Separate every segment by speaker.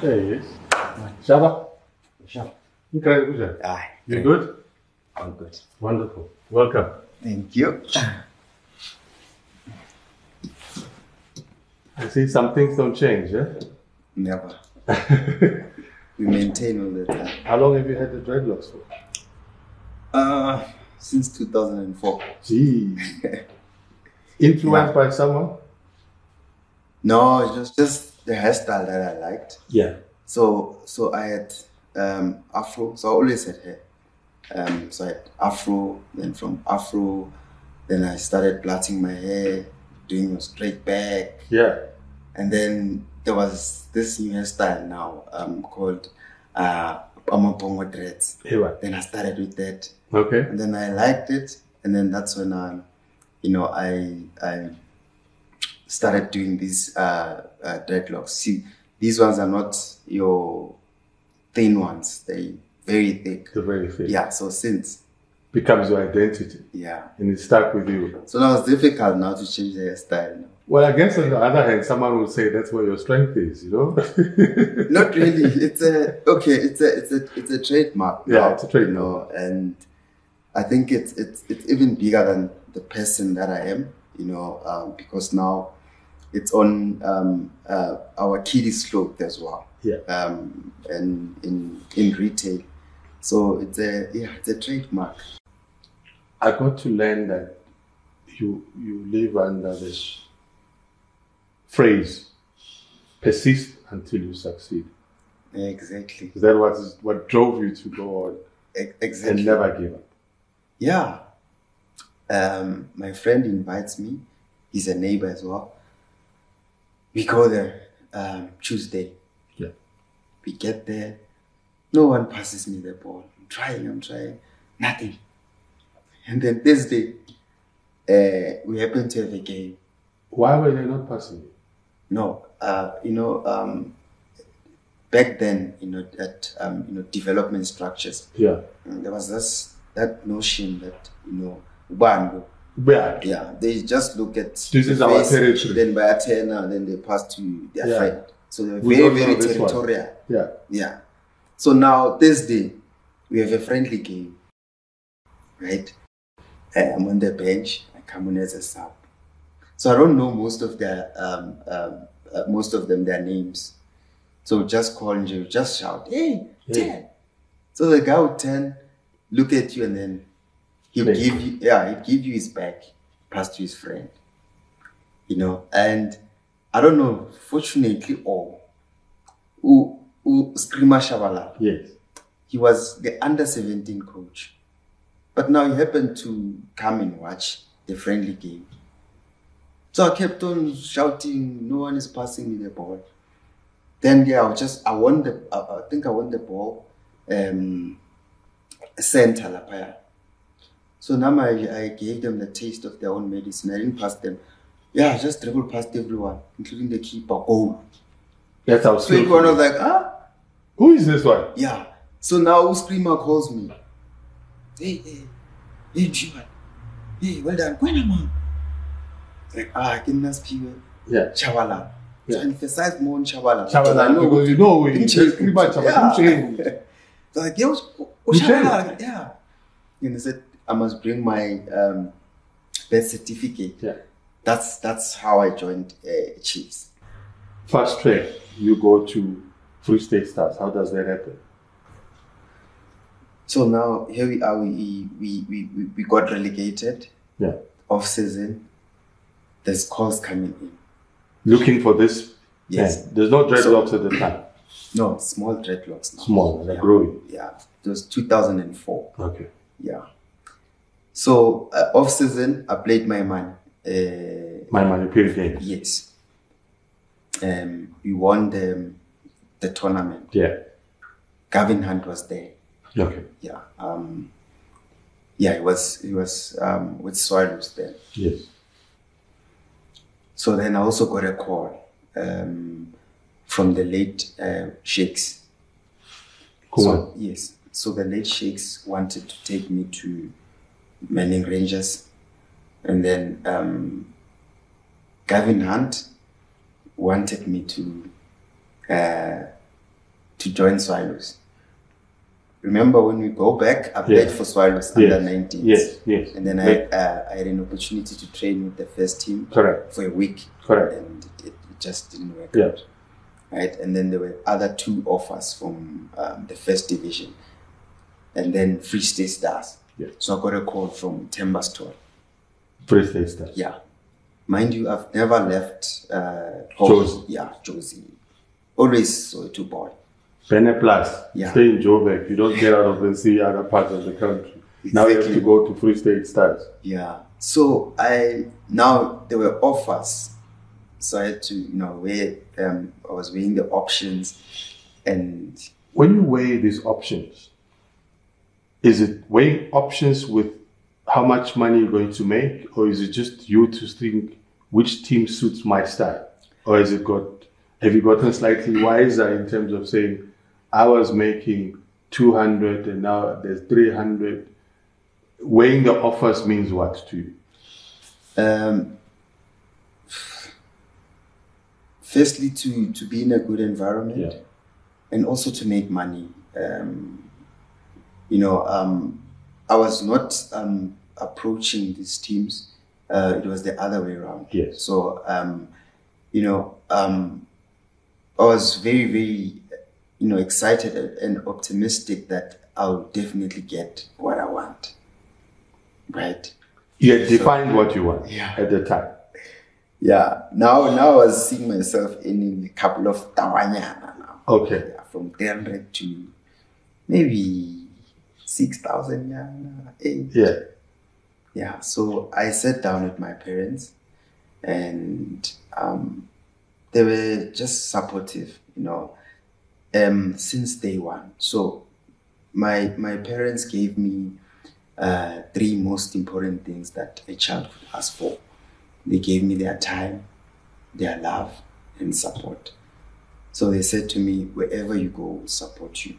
Speaker 1: There he is.
Speaker 2: Shava?
Speaker 1: Sure.
Speaker 2: Okay, Uja.
Speaker 1: Aye.
Speaker 2: You good?
Speaker 1: All good.
Speaker 2: Wonderful. Welcome.
Speaker 1: Thank you.
Speaker 2: You see, some things don't change, yeah?
Speaker 1: Never. we maintain all the time.
Speaker 2: How long have you had the dreadlocks for?
Speaker 1: Uh, since 2004.
Speaker 2: Gee. Influenced by someone?
Speaker 1: No, it was just the hairstyle that I liked.
Speaker 2: Yeah.
Speaker 1: So, so I had um, Afro. So I always had hair. Um, so I had Afro. Then from Afro, then I started plaiting my hair, doing a straight back,
Speaker 2: Yeah.
Speaker 1: and then there was this new hairstyle now um, called uh, Amapongo dreads.
Speaker 2: Ewa.
Speaker 1: Then I started with that,
Speaker 2: Okay.
Speaker 1: and then I liked it, and then that's when I, you know, I I started doing these uh, uh, dreadlocks. See, these ones are not your thin ones; they very thick.
Speaker 2: The very thing.
Speaker 1: Yeah. So since
Speaker 2: Becomes your identity
Speaker 1: yeah,
Speaker 2: and it's stuck with you.
Speaker 1: so now it's difficult now to change the hairstyle. now.
Speaker 2: Well, I guess on the other hand, someone would say that's where your strength is, you know?
Speaker 1: not really. It's a okay. It's a it's a it's a trademark.
Speaker 2: Yeah,
Speaker 1: now,
Speaker 2: it's a trademark.
Speaker 1: You know, and I think it's it's it's even bigger than the person that I am. You know, um, because now it's on um, uh, our kiddie slope as well.
Speaker 2: Yeah.
Speaker 1: Um, and in in retail, so it's a yeah, it's a trademark.
Speaker 2: I got to learn that you you live under this phrase persist until you succeed.
Speaker 1: Exactly.
Speaker 2: Is that what is what drove you to go on
Speaker 1: E- Exactly.
Speaker 2: and never give up?
Speaker 1: Yeah. Um, my friend invites me. He's a neighbor as well. We go there um, Tuesday.
Speaker 2: Yeah.
Speaker 1: We get there. No one passes me the ball. I'm trying, I'm trying. Nothing. And then Thursday, uh, we happen to have a game.
Speaker 2: Why were they not passing you?
Speaker 1: No, uh, you know, um, back then, you know, at um, you know, development structures,
Speaker 2: Yeah.
Speaker 1: mm, there was this that notion that you know, Ubango,
Speaker 2: Yeah.
Speaker 1: yeah, they just look at
Speaker 2: This is our territory.
Speaker 1: Then by a turner, then they pass to their
Speaker 2: Yeah.
Speaker 1: friend. So they're
Speaker 2: We
Speaker 1: very,
Speaker 2: don't know
Speaker 1: very
Speaker 2: this one.
Speaker 1: territorial.
Speaker 2: Yeah.
Speaker 1: Yeah. So now Thursday, we have a friendly game, right? And I'm on the bench. I come on as a sub. So I don't know most of their um, um, uh, most of them their names. So just call and you just shout, "Hey,
Speaker 2: Hey.
Speaker 1: ten!" So the guy would turn, look at you, and then he'll
Speaker 2: Play.
Speaker 1: give you yeah he'll give you his back, pass to his friend. You know, and I don't know. Fortunately, or who who Screamer Shabalala
Speaker 2: Yes.
Speaker 1: he was the under 17 coach. But now he happened to come and watch the friendly game. So I kept on shouting, no one is passing me the ball. Then yeah, I was just I won the I, I think I won the ball um center lapaya. So now I, I gave them the taste of their own medicine. I didn't pass them. Yeah, I just dribble past everyone, including the keeper. Oh.
Speaker 2: That's how
Speaker 1: So everyone was like, ah,
Speaker 2: Who is this one?
Speaker 1: yeah. So now Screamer calls me. Hey, hey, hey, Jiman. Hey, well done. Kwena, man. It's Like, ah, goodness, people.
Speaker 2: Yeah.
Speaker 1: Chawala.
Speaker 2: Yeah.
Speaker 1: So emphasize more on Chawala. because I
Speaker 2: Chabalala,
Speaker 1: know.
Speaker 2: because you know we
Speaker 1: Change.
Speaker 2: Kriba Chabalala.
Speaker 1: Yeah. They're Like, yo,
Speaker 2: You
Speaker 1: Chawala. oh, Yeah. And they said, I must bring my um, birth certificate.
Speaker 2: Yeah.
Speaker 1: That's that's how I joined uh, Chiefs.
Speaker 2: First track, you go to Free State Stars. How does that happen?
Speaker 1: So now here we are. We we we, we, we got relegated.
Speaker 2: Yeah.
Speaker 1: Off season. There's calls coming in.
Speaker 2: Looking for this.
Speaker 1: Yes.
Speaker 2: Yeah. There's no dreadlocks at the time.
Speaker 1: No, small dreadlocks now.
Speaker 2: Small, they're
Speaker 1: Yeah.
Speaker 2: growing.
Speaker 1: Yeah. It was 2004.
Speaker 2: Okay.
Speaker 1: Yeah. So uh, off season, I played my man. Uh,
Speaker 2: My money period game.
Speaker 1: yes. Um, we won the the tournament.
Speaker 2: Yeah.
Speaker 1: Gavin Hunt was there.
Speaker 2: Okay.
Speaker 1: Yeah. Um, yeah. It was it was um, with Swallows then.
Speaker 2: Yes.
Speaker 1: So then I also got a call um, from the late uh, Sheikhs.
Speaker 2: Cool.
Speaker 1: So, yes. So the late Sheikhs wanted to take me to Manning Rangers. And then um, Gavin Hunt wanted me to uh, to join Swallows. Remember when we go back, I played
Speaker 2: Yes.
Speaker 1: for Swallows
Speaker 2: Yes.
Speaker 1: under 19s.
Speaker 2: Yes, yes.
Speaker 1: And then I, uh, I had an opportunity to train with the first team
Speaker 2: Correct,
Speaker 1: for a week,
Speaker 2: correct.
Speaker 1: and it, it just didn't work
Speaker 2: Yeah.
Speaker 1: out. Right? And then there were other two offers from um, the first division, and then Free State Stars.
Speaker 2: Yeah.
Speaker 1: So I got a call from Tembastore.
Speaker 2: Free state stars.
Speaker 1: Yeah. Mind you, I've never left uh, home.
Speaker 2: Jozi.
Speaker 1: Yeah, Josie. Always Soweto boy.
Speaker 2: Bene Plus.
Speaker 1: Yeah.
Speaker 2: Stay in Joburg. You don't get out of and see other parts of the country. Now you have to
Speaker 1: Exactly.
Speaker 2: go to Free State Stars.
Speaker 1: Yeah. So I now there were offers, so I had to you know weigh. Um, I was weighing the options, and
Speaker 2: When you weigh these options, is it weighing options with how much money you're going to make, or is it just you to think which team suits my style? Or has it got have you gotten slightly wiser in terms of saying I was making two hundred and now there's three hundred? Weighing the offers means what to you?
Speaker 1: um, firstly to to be in a good environment,
Speaker 2: Yeah.
Speaker 1: and also to make money. Um, you know, um, I was not um, approaching these teams. Uh, it was the other way around.
Speaker 2: Yes.
Speaker 1: So, um, you know, um, I was very, very, you know, excited and optimistic that I'll definitely get what I want. Right.
Speaker 2: You had defined what you want
Speaker 1: Yeah.
Speaker 2: at the time.
Speaker 1: Yeah. Now, now I was seeing myself earning a couple of tawanyana now.
Speaker 2: Okay.
Speaker 1: yeah, from 300 to maybe 6,000 yana, eight.
Speaker 2: Yeah.
Speaker 1: Yeah, so I sat down with my parents and um, they were just supportive, you know, um, since day one. So my, my parents gave me uh, three most important things that a child could ask for. They gave me their time, their love, and support. So they said to me, wherever you go, we'll support you.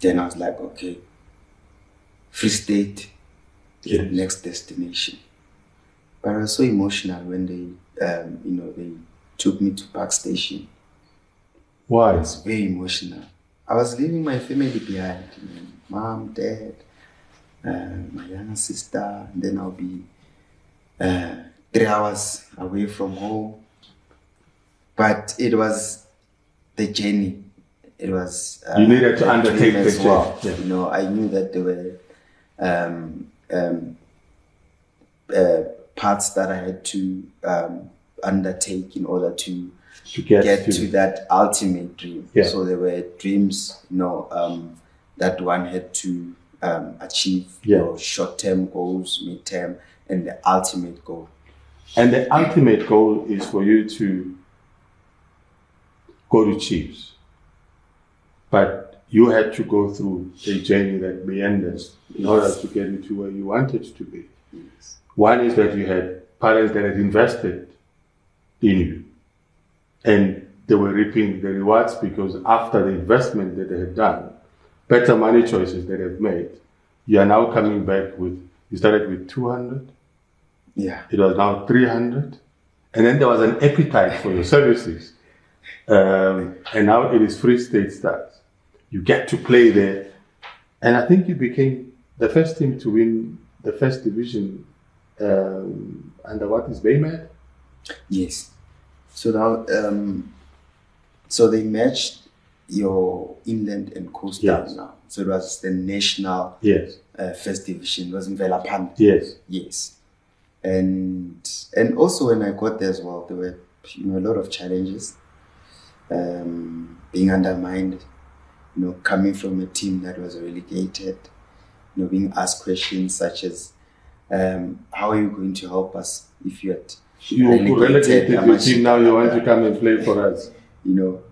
Speaker 1: Then I was like, okay, Free State is
Speaker 2: Yes.
Speaker 1: the next destination. But I was so emotional when they, um, you know, they took me to Park Station. I
Speaker 2: Why?
Speaker 1: was very emotional. I was leaving my family behind, you know, mom, dad, uh, my younger sister, and then I'll be uh, three hours away from home. But it was the journey. It was. Uh,
Speaker 2: You needed to
Speaker 1: a
Speaker 2: undertake
Speaker 1: dream
Speaker 2: the
Speaker 1: as
Speaker 2: journey,
Speaker 1: well.
Speaker 2: yeah.
Speaker 1: You know, I knew that there were um, um, uh, parts that I had to um, undertake in order to
Speaker 2: To get,
Speaker 1: get
Speaker 2: to,
Speaker 1: to that ultimate dream.
Speaker 2: Yeah.
Speaker 1: So there were dreams, you know, um, that one had to um, achieve
Speaker 2: Yeah.
Speaker 1: your short-term goals, mid-term, and the ultimate goal.
Speaker 2: And the ultimate goal is for you to go to Chiefs. But you had to go through a journey that meanders in order to get you to where you wanted to be. One is that you had parents that had invested in you and they were reaping the rewards because after the investment that they had done, better money choices that they've made, you are now coming back with, you started with 200,
Speaker 1: Yeah.
Speaker 2: it was now 300 and then there was an appetite for your services um, and now it is free state stars you get to play there and i think you became the first team to win the first division um, under what is Baymed?
Speaker 1: Yes. So now, um, so they matched your inland and coastal
Speaker 2: Yes.
Speaker 1: now. So it was the national
Speaker 2: yes
Speaker 1: uh, first division. It was in Velapanda.
Speaker 2: yes
Speaker 1: Yes. And and also when I got there as well, there were you know a lot of challenges. Um, being undermined, you know, coming from a team that was relegated, you know, being asked questions such as, um, how are you going to help us if you had
Speaker 2: you
Speaker 1: Relegated,
Speaker 2: relegated your
Speaker 1: Amashita.
Speaker 2: team now you want to come and play for us
Speaker 1: you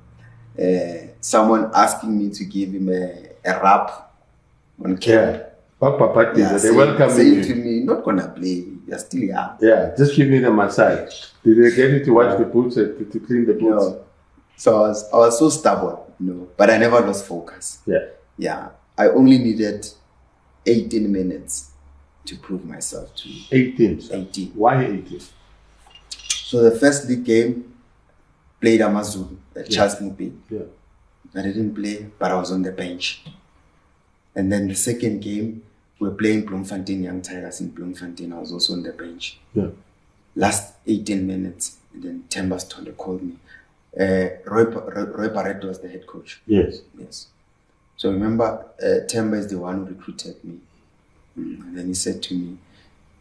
Speaker 1: know, uh, someone asking me to give him a, a rap on
Speaker 2: yeah
Speaker 1: camera.
Speaker 2: Papa Pati, they
Speaker 1: saying-
Speaker 2: welcome
Speaker 1: saying to
Speaker 2: you
Speaker 1: me, not gonna play, you're still young.
Speaker 2: yeah just give me the massage did they get you to wash the boots uh, to, to clean the
Speaker 1: You
Speaker 2: boots
Speaker 1: know, so I was, I was so stubborn, you know, but I never lost focus.
Speaker 2: yeah
Speaker 1: Yeah, I only needed 18 minutes to prove myself to
Speaker 2: 18 sir.
Speaker 1: 18.
Speaker 2: Why 18?
Speaker 1: So the first league game, played Amazulu, the Charles Mubin.
Speaker 2: Yeah.
Speaker 1: I didn't play, but I was on the bench. And then the second game, we were playing Bloemfontein Young Tigers in Bloemfontein. I was also on the bench.
Speaker 2: Yeah.
Speaker 1: Last 18 minutes, and then Tembas Tondo called me. Uh, Roy, Pa- Roy, Roy Barreto was the head coach.
Speaker 2: Yes.
Speaker 1: Yes. So remember, uh, Temba is the one who recruited me. Mm. And then he said to me,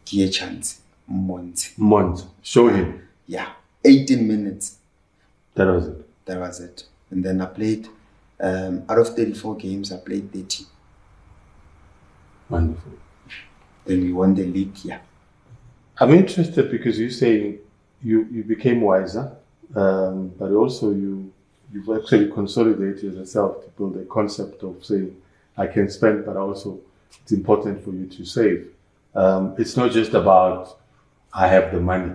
Speaker 1: Gie chance, Monty.
Speaker 2: Month. Show him.
Speaker 1: Yeah, 18 minutes.
Speaker 2: That was it.
Speaker 1: That was it. And then I played, um, out of 34 games, I played 30.
Speaker 2: Wonderful.
Speaker 1: Then we won the league, yeah.
Speaker 2: I'm interested because you say you, you became wiser, um, but also you you've actually consolidated yourself to build a concept of saying I can spend, but also it's important for you to save. Um, it's not just about I have the money.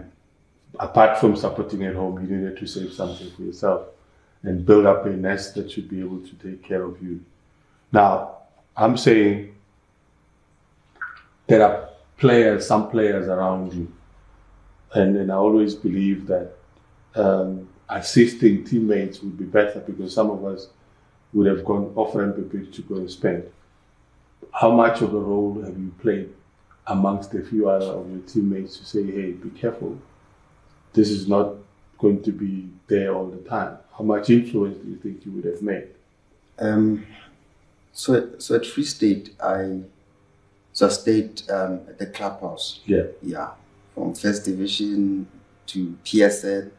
Speaker 2: Apart from supporting at home, you needed to save something for yourself and build up a nest that should be able to take care of you. Now, I'm saying there are players, some players around you. And then I always believe that um, assisting teammates would be better because some of us would have gone off Rampepe to go and spend. How much of a role have you played amongst a few other of your teammates to say, hey, be careful, this is not going to be there all the time? How much influence do you think you would have made?
Speaker 1: Um, so, so at Free State, I, so I stayed um, at the clubhouse.
Speaker 2: Yeah.
Speaker 1: Yeah, from first division to PSL,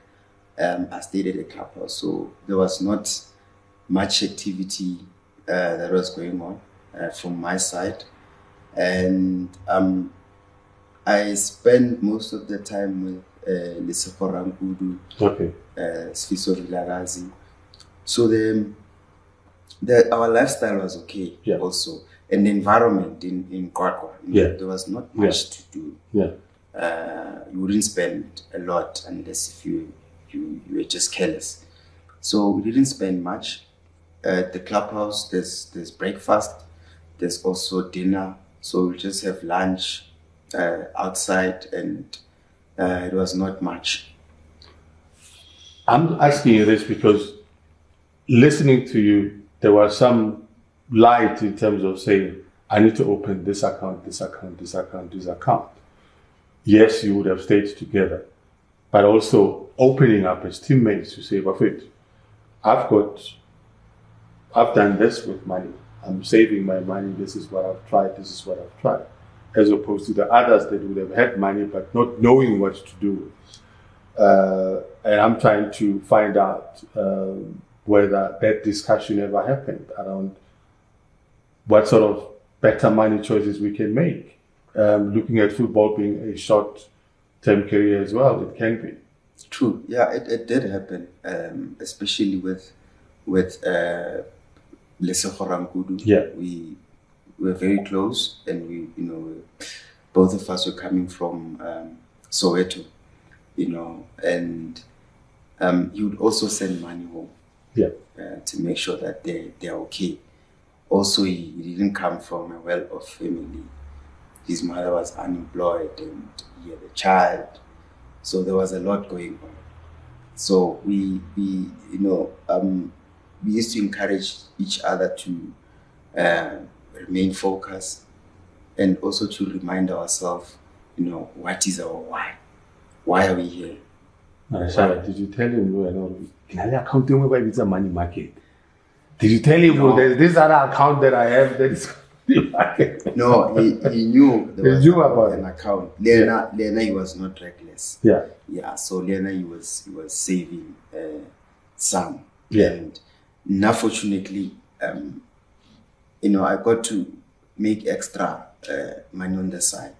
Speaker 1: um, I stayed at the clubhouse. So there was not much activity uh, that was going on uh, from my side, and um, I spent most of the time with uh, Lesefo Rankudu,
Speaker 2: Okay.
Speaker 1: uh, Sifiso Vilagazi. So the, the our lifestyle was okay
Speaker 2: Yeah.
Speaker 1: also, and the environment in in Kwakwa, you know,
Speaker 2: Yeah.
Speaker 1: there was not much to do.
Speaker 2: Yeah.
Speaker 1: Uh, you wouldn't spend a lot unless if you you, you were just careless. So we didn't spend much. At the clubhouse, there's there's breakfast, there's also dinner. So we just have lunch uh, outside, and uh, it was not much.
Speaker 2: I'm asking you this because listening to you, there was some light in terms of saying, I need to open this account, this account, this account, this account. Yes, you would have stayed together, but also opening up as teammates to say, "But wait, I've got, I've done this with money. I'm saving my money. This is what I've tried. This is what I've tried. As opposed to the others that would have had money but not knowing what to do with uh, and I'm trying to find out um, whether that discussion ever happened around what sort of better money choices we can make. Um, looking at football being a short-term career as well, it can be.
Speaker 1: True. Yeah, it, it did happen, um, especially with with uh, Lesego Rankudu.
Speaker 2: Yeah.
Speaker 1: we were very close, and we, you know, both of us were coming from um, Soweto, you know, and um, he would also send money home
Speaker 2: Yeah,
Speaker 1: uh, to make sure that they they're okay. Also, he, he didn't come from a well-off family. His mother was unemployed, and he had a child, so there was a lot going on. So we we you know um, we used to encourage each other to uh, remain focused, and also to remind ourselves, you know, what is our why? Why are we here?
Speaker 2: Marashara, did you tell him you are not accounting where it's a money market? Did you tell him
Speaker 1: No.
Speaker 2: there's this other account that I have that is money market?
Speaker 1: No, he, he knew
Speaker 2: He
Speaker 1: there was
Speaker 2: knew about
Speaker 1: an
Speaker 2: it.
Speaker 1: account. Lena, Lena, he was not reckless.
Speaker 2: Yeah,
Speaker 1: Yeah, so Lena, he was he was saving uh, some.
Speaker 2: Yeah.
Speaker 1: And now, fortunately, um, you know, I got to make extra uh, money on the side,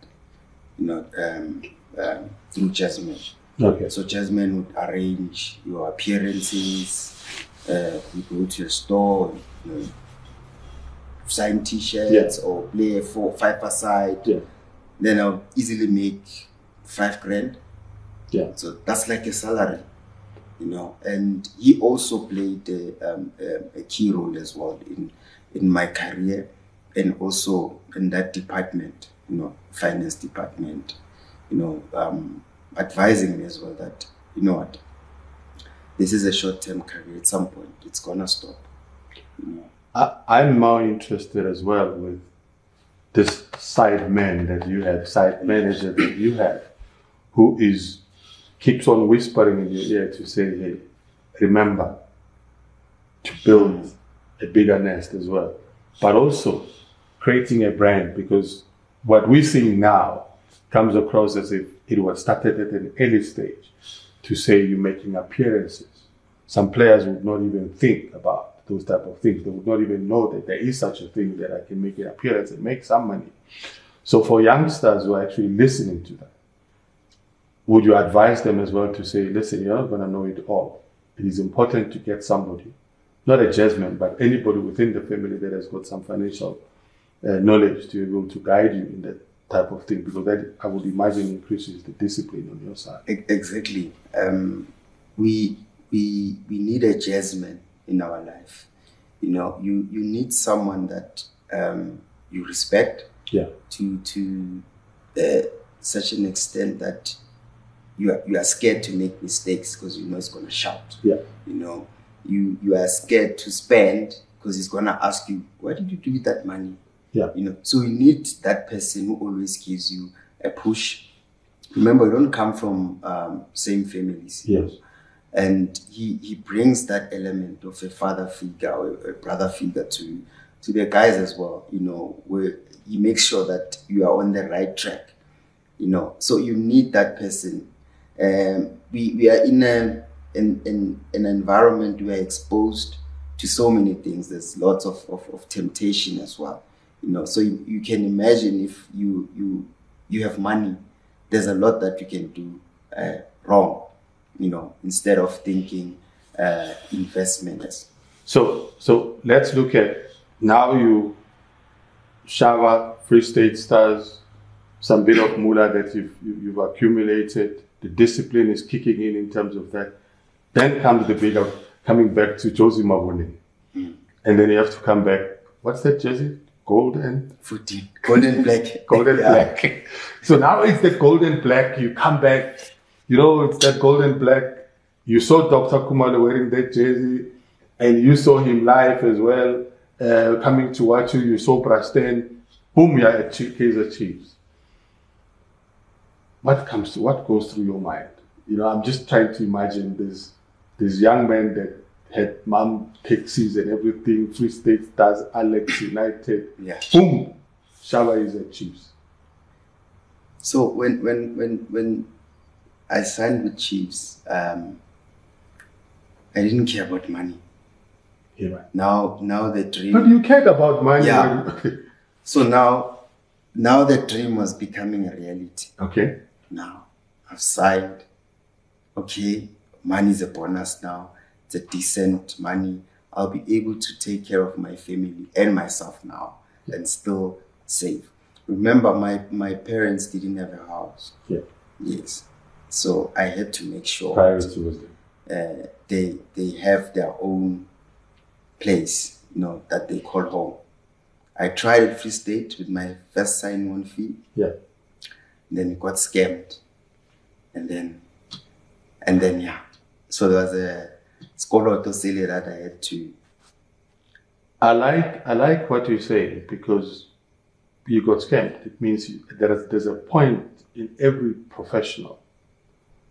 Speaker 1: you know, um, um, through Jasmine.
Speaker 2: okay.
Speaker 1: So Jasmine would arrange your appearances. Uh, you go to a store, you know, sign T-shirts or play a four five aside.
Speaker 2: Yeah,
Speaker 1: Then I'll easily make five grand.
Speaker 2: yeah,
Speaker 1: So that's like a salary, you know. And he also played a, um, a, a key role as well in in my career, and also in that department, you know, finance department, you know, um, advising me as well that you know what, this is a short term career. At some point, it's gonna stop.
Speaker 2: I, I'm more interested as well with this side man that you have, side manager that you have, who is keeps on whispering in your ear to say, "Hey, remember to build a bigger nest as well," but also creating a brand because what we're seeing now comes across as if it was started at an early stage to say you're making appearances. Some players would not even think about those type of things. They would not even know that there is such a thing that I can make an appearance and make some money. So for youngsters who are actually listening to that, would you advise them as well to say, listen, you're not going to know it all. It is important to get somebody, not a jazzman, but anybody within the family that has got some financial uh, knowledge to be able to guide you in that type of thing because that I would imagine increases the discipline on your side.
Speaker 1: E- Exactly. Um, we we we need a jazzman in our life. You know, you you need someone that um, you respect
Speaker 2: Yeah.
Speaker 1: to to uh, such an extent that you are, you are scared to make mistakes because you know it's gonna shout.
Speaker 2: Yeah.
Speaker 1: You know, you you are scared to spend because he's gonna ask you, "What did you do with that money?"
Speaker 2: Yeah.
Speaker 1: You know, so you need that person who always gives you a push. Remember, you don't come from um, same families
Speaker 2: Yes.
Speaker 1: and he he brings that element of a father figure or a brother figure to to the guys as well you know where he makes sure that you are on the right track you know so you need that person um we we are in a in, in an environment we are exposed to so many things there's lots of, of, of temptation as well you know so you, you can imagine if you you you have money there's a lot that you can do uh, wrong you know, instead of thinking uh, investment as
Speaker 2: So so let's look at now you Shava, Free State Stars, some bit of moolah that you've, you- you've accumulated. The discipline is kicking in in terms of that. Then comes the bit of coming back to Josie Mabone. And then you have to come back. What's that, Josie? Gold and
Speaker 1: footing, golden black,
Speaker 2: golden
Speaker 1: Yeah.
Speaker 2: black. So now it's the golden black. You come back, you know, it's that golden black. You saw Dr. Kumalo wearing that jersey, and you saw him live as well, uh, coming to watch you. You saw Prasten. Boom, you're at Chi- Kaizer Chiefs. What comes, what goes through your mind? You know, I'm just trying to imagine this this young man that had mum taxis and everything, Free State Stars, Alex United.
Speaker 1: Yeah.
Speaker 2: Boom, Shaba is at Chiefs.
Speaker 1: So when when when when I signed with Chiefs, um, I didn't care about money.
Speaker 2: Yeah, right.
Speaker 1: Now now the
Speaker 2: But
Speaker 1: dream.
Speaker 2: you cared about money.
Speaker 1: Yeah.
Speaker 2: when-
Speaker 1: So now now the dream was becoming a reality.
Speaker 2: okay.
Speaker 1: Now I've signed. Okay, money is a bonus now. It's a decent money. I'll be able to take care of my family and myself now and still save. Remember, my, my parents didn't have a house.
Speaker 2: Yeah.
Speaker 1: Yes. So I had to make sure
Speaker 2: Priority was there.
Speaker 1: uh, they they have their own place, you know, that they call home. I tried at Free State with my first sign on fee.
Speaker 2: Yeah.
Speaker 1: Then got scammed, and then and then yeah. So there was a skoloto sale that I had to.
Speaker 2: I like I like what you say because you got scammed. It means you, there is, there's a point in every professional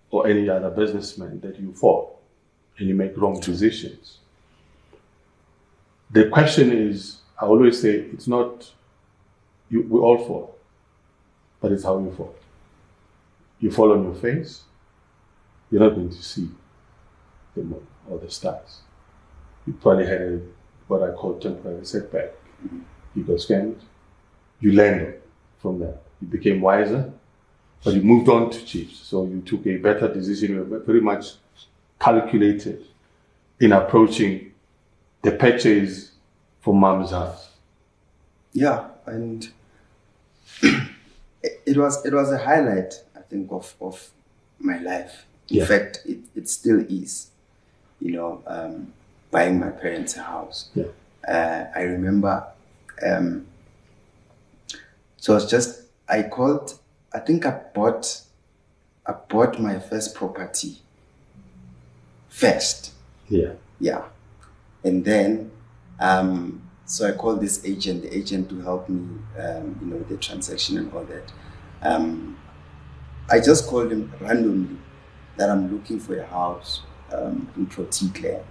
Speaker 2: or any other businessman that you fall and you make wrong decisions. The question is, I always say, it's not you, we all fall, but it's how you fall. You fall on your face, you're not going to see the moon or the stars. You probably had a, what I call temporary setback. You got scammed, you learned from that. You became wiser, but you moved on to Chiefs. So you took a better decision. You were very much calculated in approaching the purchase for mom's house.
Speaker 1: Yeah, and it it was it was a highlight I think of of my life. In
Speaker 2: Yeah.
Speaker 1: fact, it, it still is. You know, um, buying my parents a house.
Speaker 2: Yeah.
Speaker 1: Uh, I remember. Um, so it's just I called. I think I bought. I bought my first property. First,
Speaker 2: Yeah.
Speaker 1: yeah, and then Um, so I called this agent, the agent to help me, um, you know, with the transaction and all that. Um, I just called him randomly that I'm looking for a house um, in Proticlare.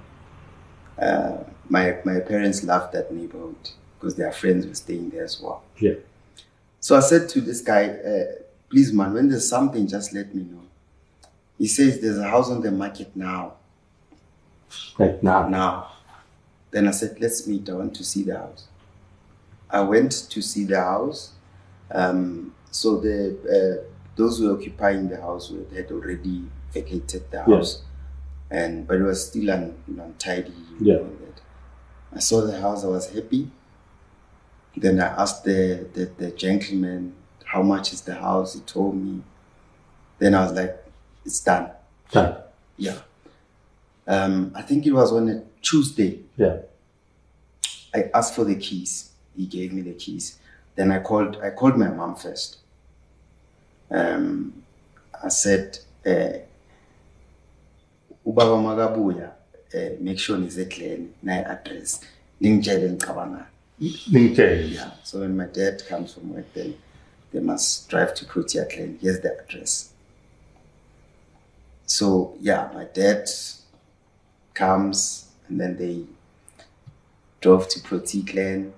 Speaker 1: Uh, my my parents love that neighborhood because their friends were staying there as well.
Speaker 2: Yeah.
Speaker 1: So I said to this guy, uh, please, man, when there's something, just let me know. He says there's a house on the market now.
Speaker 2: Right now.
Speaker 1: Now. Then I said, let's meet. I want to see the house. I went to see the house. Um, so the uh, those who were occupying the house were, had already vacated the
Speaker 2: Yeah.
Speaker 1: house, and but it was still un, you know, untidy. and
Speaker 2: Yeah.
Speaker 1: all that. I saw the house. I was happy. Then I asked the, the the gentleman how much is the house. He told me. Then I was like, it's done.
Speaker 2: Done.
Speaker 1: Yeah. Um, I think it was on a Tuesday.
Speaker 2: Yeah.
Speaker 1: I asked for the keys. He gave me the keys. Then I called. I called my mom first. Um, I said, uh, "Ubaba magabuya, eh, make sure nize clean my address. Ningitshele engicabanga."
Speaker 2: Ningthe.
Speaker 1: Yeah. So when my dad comes from work, then they must drive to Protea Glen. Here's the address. So yeah, my dad comes and then they drove to Protea Glen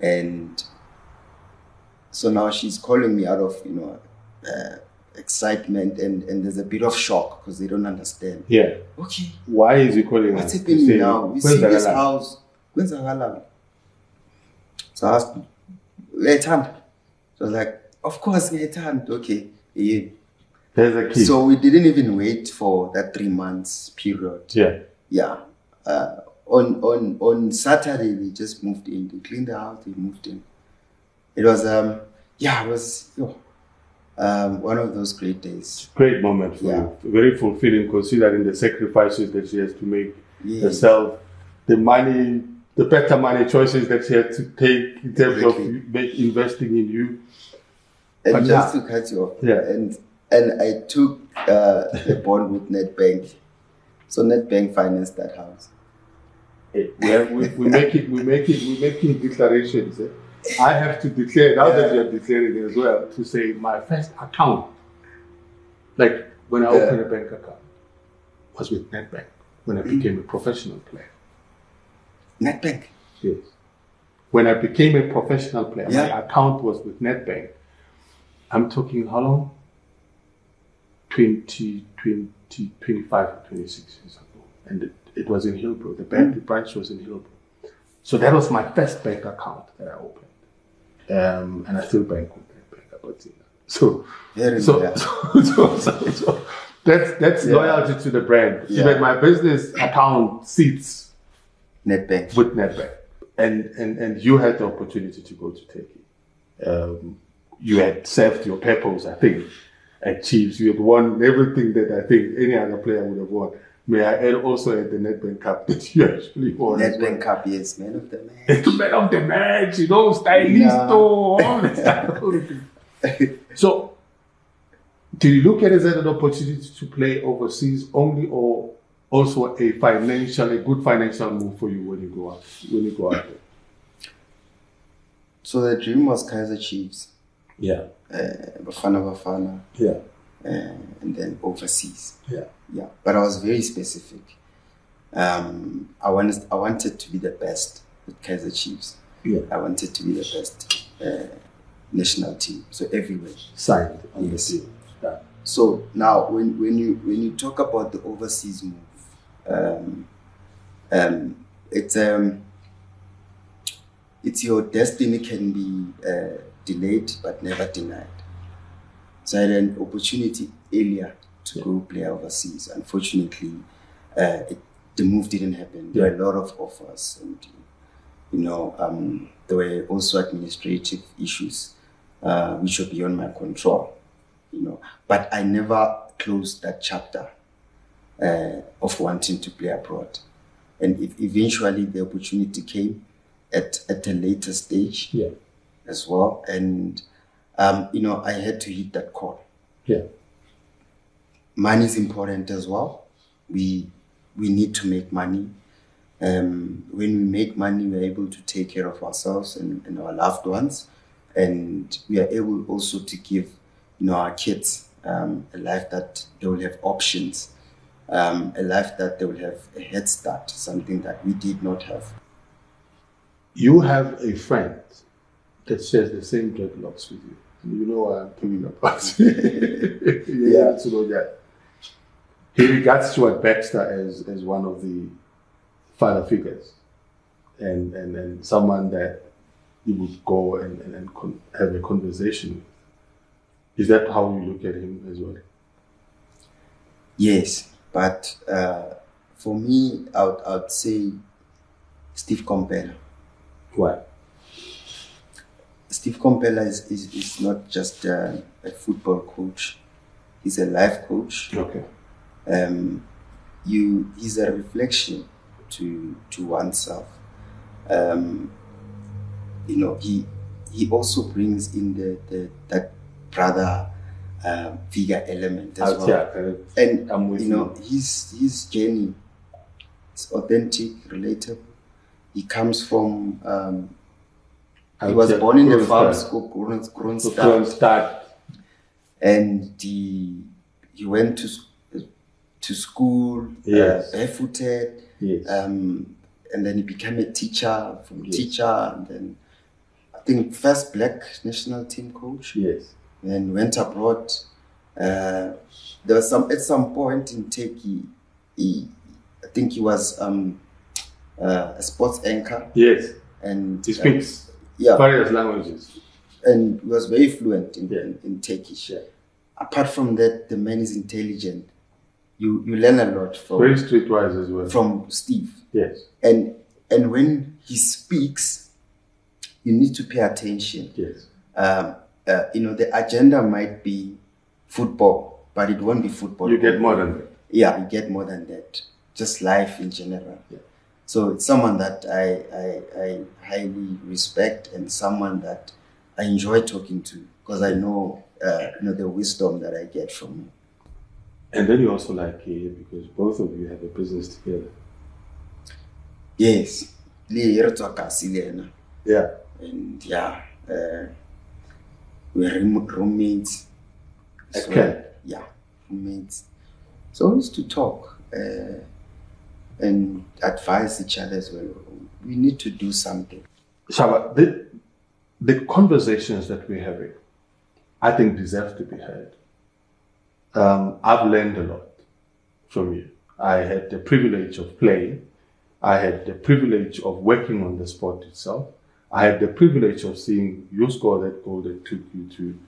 Speaker 1: and so now she's calling me out of you know uh, excitement and and there's a bit of shock because they don't understand.
Speaker 2: Yeah.
Speaker 1: Okay,
Speaker 2: Why is he calling
Speaker 1: What's
Speaker 2: us?
Speaker 1: happening
Speaker 2: Say,
Speaker 1: now? We see
Speaker 2: "Kwenzakala?"
Speaker 1: this house. Kwenzakala. So I asked, Letan. So I was like, of course, Letan. Okay. Yeah.
Speaker 2: There's a key.
Speaker 1: So we didn't even wait for that three months period.
Speaker 2: yeah.
Speaker 1: Yeah. Uh, on on on Saturday they just moved in. They cleaned the house. They moved in. It was um yeah it was yo, um one of those great days.
Speaker 2: Great moment for
Speaker 1: Yeah.
Speaker 2: you. Very fulfilling considering the sacrifices that she has to make
Speaker 1: Yeah.
Speaker 2: herself, the money, the better money choices that she had to take in terms of
Speaker 1: Exactly.
Speaker 2: make- investing in you.
Speaker 1: And
Speaker 2: But
Speaker 1: just to cut you off,
Speaker 2: Yeah.
Speaker 1: and and I took uh, the bond with NetBank, so NetBank financed that house.
Speaker 2: Hey, Eh, we, have, we, we make it, we make it, we making declarations. eh? I have to declare now that you are declaring as well to say my first account, like when I
Speaker 1: Yeah.
Speaker 2: opened a bank account, was with NetBank when I became a professional player.
Speaker 1: NetBank.
Speaker 2: Yes. When I became a professional player, my
Speaker 1: Yeah.
Speaker 2: account was with NetBank. I'm talking how long? 20, 20, 25, or 26 years ago. And it, it was in Hillbrook. The bank, the branch was in Hillbrook. So that was my first bank account that I opened. Um, and I still bank with NetBank. up until now. So,
Speaker 1: Very
Speaker 2: so,
Speaker 1: well.
Speaker 2: so, so, so, so that's, that's
Speaker 1: Yeah.
Speaker 2: loyalty to the brand. So
Speaker 1: Yeah.
Speaker 2: that my business account sits
Speaker 1: NetBank.
Speaker 2: with NetBank, and and and you had the opportunity to go to Turkey. Um, you had served your purpose, I think, at Chiefs. You had won everything that I think any other player would have won. May I add also at the NetBank Cup that you actually won. as well.
Speaker 1: NetBank Cup, yes, man of the match.
Speaker 2: The man of the match, you know, stylisto,
Speaker 1: Yeah.
Speaker 2: all that stuff. so, did you look at it as an opportunity to play overseas only, or also a financial, a good financial move for you when you go out? When you go out there?
Speaker 1: So the dream was Kaiser Chiefs,
Speaker 2: Yeah,
Speaker 1: uh, Bafana Bafana,
Speaker 2: yeah,
Speaker 1: uh, and then overseas.
Speaker 2: yeah,
Speaker 1: Yeah, but I was very specific. Um, I wanted I wanted to be the best with Kaiser Chiefs.
Speaker 2: yeah.
Speaker 1: I wanted to be the best uh, national team. So everywhere.
Speaker 2: Signed on
Speaker 1: on the
Speaker 2: the
Speaker 1: field.
Speaker 2: Yeah.
Speaker 1: So now, when, when you when you talk about the overseas move, um, um, it's um, it's your destiny can be uh, delayed but never denied. So I had an opportunity earlier to go play overseas. Unfortunately, uh, it, the move didn't happen. There were a lot of offers, and you know um, there were also administrative issues uh, which were beyond my control you know. But I never closed that chapter uh, of wanting to play abroad, and if eventually the opportunity came at at a later stage
Speaker 2: yeah,
Speaker 1: as well, and um, you know I had to hit that call.
Speaker 2: yeah,
Speaker 1: Money is important as well. We we need to make money. Um, when we make money, we're able to take care of ourselves and, and our loved ones. And we are able also to give you know, our kids um, a life that they will have options, um, a life that they will have a head start, something that we did not have.
Speaker 2: You have a friend that shares the same dreadlocks with you. You know what I'm talking about. yeah, to know that. He regards Stuart Baxter as, as one of the father figures and, and, and someone that you would go and, and, and con- have a conversation with. Is that how you look at him as well?
Speaker 1: Yes, but uh, for me, I would, I would say Steve Compella.
Speaker 2: Why?
Speaker 1: Steve Compella is, is, is not just uh, a football coach, he's a life coach.
Speaker 2: Okay.
Speaker 1: um, you is a reflection to to oneself. Um, you know, he he also brings in the, the that brother um, figure element as
Speaker 2: Out
Speaker 1: well.
Speaker 2: here, correct.
Speaker 1: And
Speaker 2: Ah, I'm with
Speaker 1: you know, his his journey is authentic, relatable. He comes from um, he
Speaker 2: Out
Speaker 1: was
Speaker 2: here,
Speaker 1: born in the
Speaker 2: Kronstadt.
Speaker 1: farms called Kron-
Speaker 2: So
Speaker 1: Kronstadt
Speaker 2: Kronstadt.
Speaker 1: and the, he went to s- to school
Speaker 2: Yes.
Speaker 1: uh, barefooted,
Speaker 2: Yes.
Speaker 1: um, and then he became a teacher. From
Speaker 2: Yes.
Speaker 1: teacher, and then I think first black national team coach.
Speaker 2: yes.
Speaker 1: Then went abroad. Uh, there was some at some point in Turkey. He, I think he was um, uh, a sports anchor,
Speaker 2: Yes.
Speaker 1: and
Speaker 2: He
Speaker 1: uh,
Speaker 2: speaks
Speaker 1: yeah,
Speaker 2: various languages.
Speaker 1: and he was very fluent in,
Speaker 2: Yeah.
Speaker 1: in, in Turkish.
Speaker 2: Yeah.
Speaker 1: Apart from that, the man is intelligent. You you learn a lot from
Speaker 2: Very streetwise as well.
Speaker 1: from Steve,
Speaker 2: Yes.
Speaker 1: and and when he speaks, you need to pay attention.
Speaker 2: Yes.
Speaker 1: Um, uh, you know the agenda might be football, but it won't be football.
Speaker 2: You get more than that.
Speaker 1: Yeah, you get more than that. Just life in general.
Speaker 2: Yeah.
Speaker 1: So it's someone that I, I I highly respect and someone that I enjoy talking to because I know uh, you know the wisdom that I get from him.
Speaker 2: And then you also like here because both of you have a business together.
Speaker 1: Yes, le re tswa kasi le ena.
Speaker 2: Yeah.
Speaker 1: and yeah, uh, we're room- roommates. So,
Speaker 2: Okay.
Speaker 1: Yeah, roommates. So we used to talk uh, and advise each other as well. We need to do something.
Speaker 2: Shaba, the, the conversations that we're having, I think deserve to be heard. Um, I've learned a lot from you. I had the privilege of playing. I had the privilege of working on the sport itself. I had the privilege of seeing you score that goal that took you to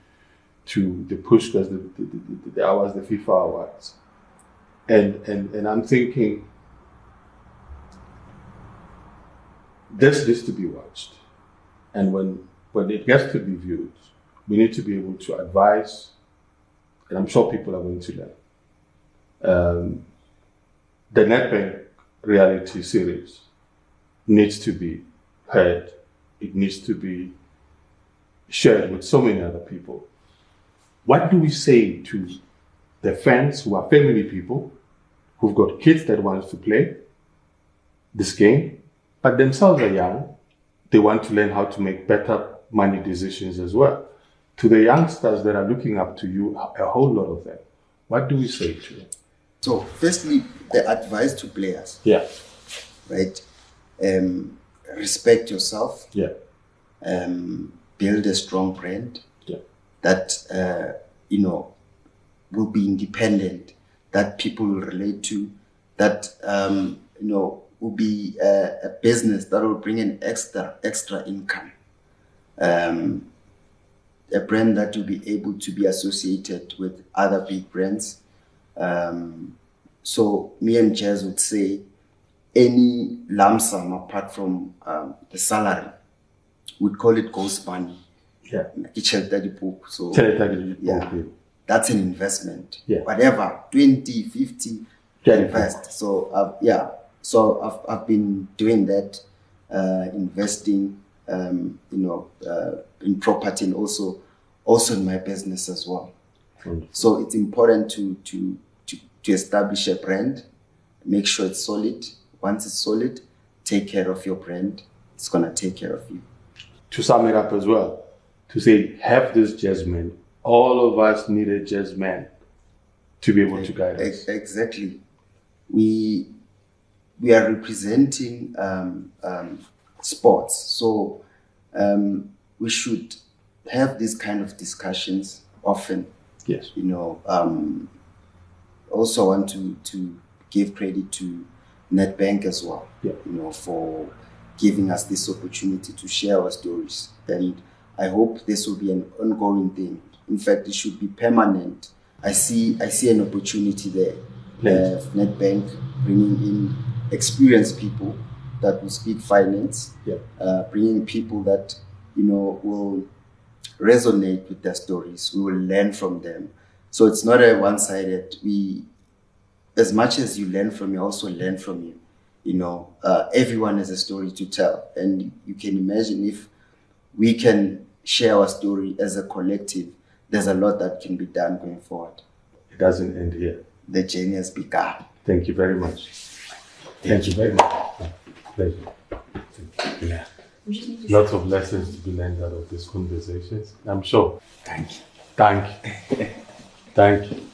Speaker 2: to the Pushkas, the, the, the, the, the hours, the FIFA awards. And, and, and I'm thinking, this needs to be watched. And when when it gets to be viewed, we need to be able to advise, and I'm sure people are going to learn. Um, the NetBank reality series needs to be heard. It needs to be shared with so many other people. What do we say to the fans who are family people, who've got kids that want to play this game, but themselves are young they want to learn how to make better money decisions as well. To the youngsters that are looking up to you, a whole lot of them, what do we say to them?
Speaker 1: So, firstly, the advice to players,
Speaker 2: Yeah,
Speaker 1: right? Um, respect yourself,
Speaker 2: yeah,
Speaker 1: um, build a strong brand.
Speaker 2: yeah,
Speaker 1: that uh, you know will be independent, that people will relate to, that um, you know will be uh, a, a business that will bring in extra extra income, um, a brand that will be able to be associated with other big brands. Um, so me and Jazz would say any lump sum apart from um, the salary, we'd call it ghost money.
Speaker 2: yeah.
Speaker 1: Each health that you book. So
Speaker 2: Tell it that you
Speaker 1: Yeah.
Speaker 2: okay.
Speaker 1: that's an investment
Speaker 2: Yeah.
Speaker 1: whatever 20 50
Speaker 2: Yeah.
Speaker 1: invest so uh, yeah so I've, I've been doing that uh, investing um, you know uh, in property and also also in my business as well
Speaker 2: Wonderful.
Speaker 1: so it's important to to to, to establish a brand make sure it's solid once it's solid take care of your brand, it's gonna take care of you.
Speaker 2: To sum it up as well, to say, have this jasmine. All of us need a jasmine to be able to guide us.
Speaker 1: Ex- E-, exactly. We we are representing um, um, sports, so um, we should have these kind of discussions often.
Speaker 2: Yes.
Speaker 1: You know, um, also want to to give credit to NetBank as well.
Speaker 2: Yeah.
Speaker 1: You know, for giving us this opportunity to share our stories, and I hope this will be an ongoing thing. In fact, it should be permanent. I see I see an opportunity there.
Speaker 2: Yes.
Speaker 1: Uh, NetBank bringing in experienced people that will speak finance,
Speaker 2: Yeah.
Speaker 1: uh, bringing people that you know will resonate with their stories. We will learn from them. So it's not a one-sided. We, as much as you learn from you, also learn from you. You know, uh, everyone has a story to tell, and you can imagine if we can share our story as a collective. There's a lot that can be done going forward.
Speaker 2: It doesn't end here.
Speaker 1: The journey has begun.
Speaker 2: Thank you very much. Thank you very much. Pleasure. Yeah.
Speaker 3: We just need to
Speaker 2: Lots of lessons to be learned out of these conversations, I'm sure.
Speaker 1: Thank you.
Speaker 2: Thank you. Thank you.